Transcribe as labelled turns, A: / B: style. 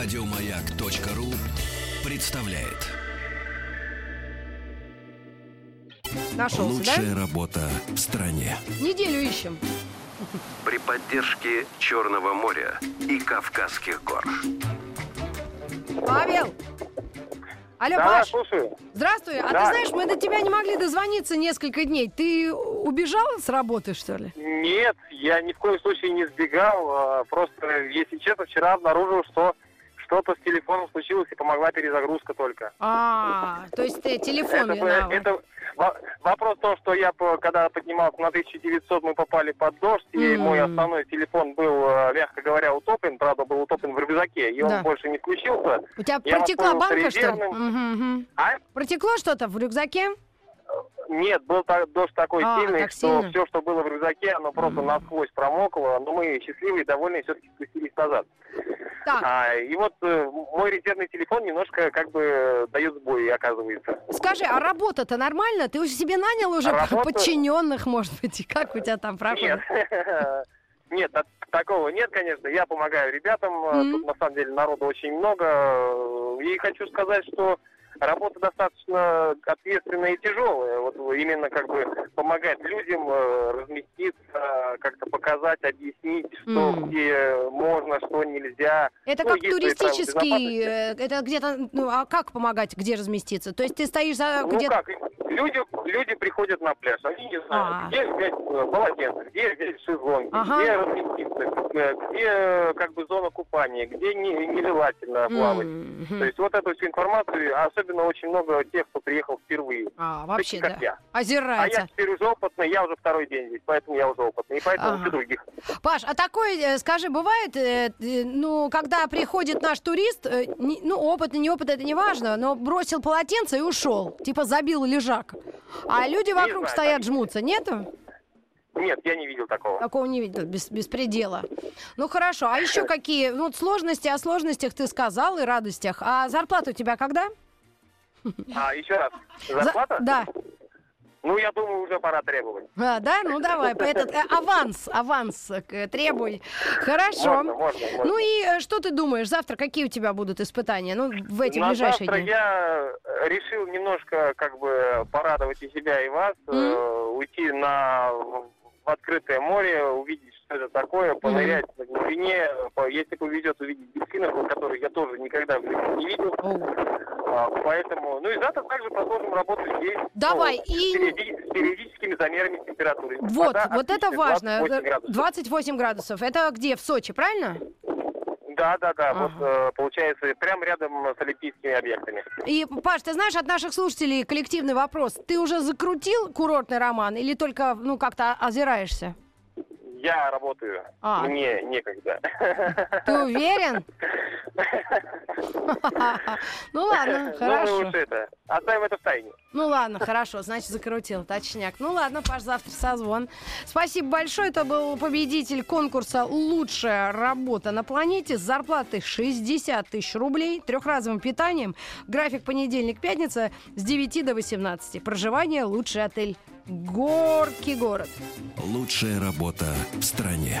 A: Радиомаяк.ру представляет.
B: Нашелся,
A: Лучшая работа в стране.
B: да? Неделю ищем.
C: при поддержке Черного моря и Кавказских гор.
B: Павел! Алло,
D: Да,
B: Паш,
D: слушаю.
B: здравствуй. А
D: Да.
B: ты знаешь, мы до тебя не могли дозвониться несколько дней. Ты убежал с работы, что ли?
D: Нет, я ни в коем случае не сбегал. а, Просто, если честно, вчера обнаружил, что что-то с телефоном случилось и помогла перезагрузка только.
B: А, то есть э, телефон
D: Это, бы-
B: виноват.
D: это во- вопрос в том, что я, по- когда поднимался на 1900, мы попали под дождь, и
B: М.
D: мой основной телефон был, э, мягко говоря, утоплен, правда, был утоплен в рюкзаке, и он
B: Да.
D: больше не включился.
B: У тебя
D: я
B: протекла
D: воспользовался
B: банка, что ли?
D: резервным.
B: Мгм, мгм.
D: А?
B: Протекло что-то в рюкзаке?
D: Нет, был та- дождь такой
B: А,
D: сильный,
B: так
D: что
B: сильно?
D: все, что было в рюкзаке, оно просто насквозь промокло, но мы счастливые и довольные все-таки спустились назад.
B: Так,
D: А, и вот э, мой резервный телефон немножко как бы э, дает сбой, оказывается.
B: скажи, а работа-то нормально? Ты уже себе нанял уже
D: Работа-
B: подчиненных, может быть? И Как у тебя там проходит?
D: Нет. Нет, так- такого нет, конечно. Я помогаю ребятам.
B: Мгм.
D: э, Тут на самом деле народу очень много. э, И хочу сказать, что работа достаточно ответственная и тяжелая. Вот именно как бы помогать людям э, разместиться, э, как-то показать, объяснить, что
B: Мгм.
D: где можно, что нельзя.
B: Это
D: Ну,
B: как
D: есть свои правила
B: туристический, э, это где-то, ну, а как помогать, где разместиться? То есть ты стоишь за
D: Ну
B: где-то...
D: как, люди, люди приходят на пляж, они не
B: А.
D: знают, где взять э, полотенце, где взять шезлонги,
B: Ага.
D: где разместиться, э, где э, как бы зона купания, где не- нежелательно плавать.
B: Мгм.
D: То есть вот эту всю информацию, а особенно очень много тех, кто приехал впервые.
B: А, вообще,
D: Такие,
B: да.
D: как я. А я
B: Озирается.
D: теперь уже опытный, я уже второй день здесь, поэтому я уже опытный, и поэтому
B: Ага.
D: все других.
B: Паш, а такое, э, скажи, бывает, э, э, ну, когда приходит наш турист, э, не- ну, опытный, неопытный, это не важно, но бросил полотенце и ушел, типа забил лежак. А люди вокруг
D: Ну, знаю,
B: стоят,
D: так-
B: жмутся, нету?
D: Нет, я не видел такого.
B: Такого не видел, без, беспредела. Ну, хорошо, а еще какие, ну, вот сложности, о сложностях ты сказал и радостях. А зарплата у тебя когда?
D: А, еще раз,
B: За-
D: зарплата?
B: Да.
D: Ну, я думаю, уже пора требовать.
B: А, да, ну давай, по- этот э, аванс, аванс э, к- требуй. Хорошо.
D: Можно, можно, можно.
B: Ну и э, что ты думаешь, завтра какие у тебя будут испытания? Ну, в эти
D: На
B: ближайшие
D: завтра
B: дни.
D: я э, решил немножко как бы порадовать и себя, и вас, э, уйти на в открытое море, увидеть, что это такое, понырять на глубине, по- если повезет, увидеть дельфинов, вот, которых я тоже никогда в жизни не видел.
B: Оу.
D: А, поэтому, ну и завтра также продолжим работу здесь.
B: Давай,
D: ну,
B: и-
D: с, периоди- с периодическими замерами температуры.
B: Вот,
D: Вода
B: вот это
D: отличная,
B: важно. Э,
D: 28 градусов.
B: 28 градусов. Это где? В Сочи, правильно?
D: Да, да, да, вот
B: Ага.
D: э, получается прямо рядом с олимпийскими объектами.
B: И, Паш, ты знаешь, от наших слушателей коллективный вопрос. Ты уже закрутил курортный роман или только, ну, как-то озираешься?
D: Я работаю.
B: А.
D: Мне некогда.
B: Ты уверен? Ну ладно,
D: Ну, вы
B: хорошо.
D: уж это. Оставим это в тайне.
B: Ну ладно, хорошо, значит, закрутил, точняк. Ну ладно, Паш, завтра созвон. Спасибо большое, это был победитель конкурса «Лучшая работа на планете» с зарплатой 60 тысяч рублей, трехразовым питанием, график понедельник-пятница с 9 до 18. Проживание «Лучший отель». Горки город.
A: Лучшая работа в стране.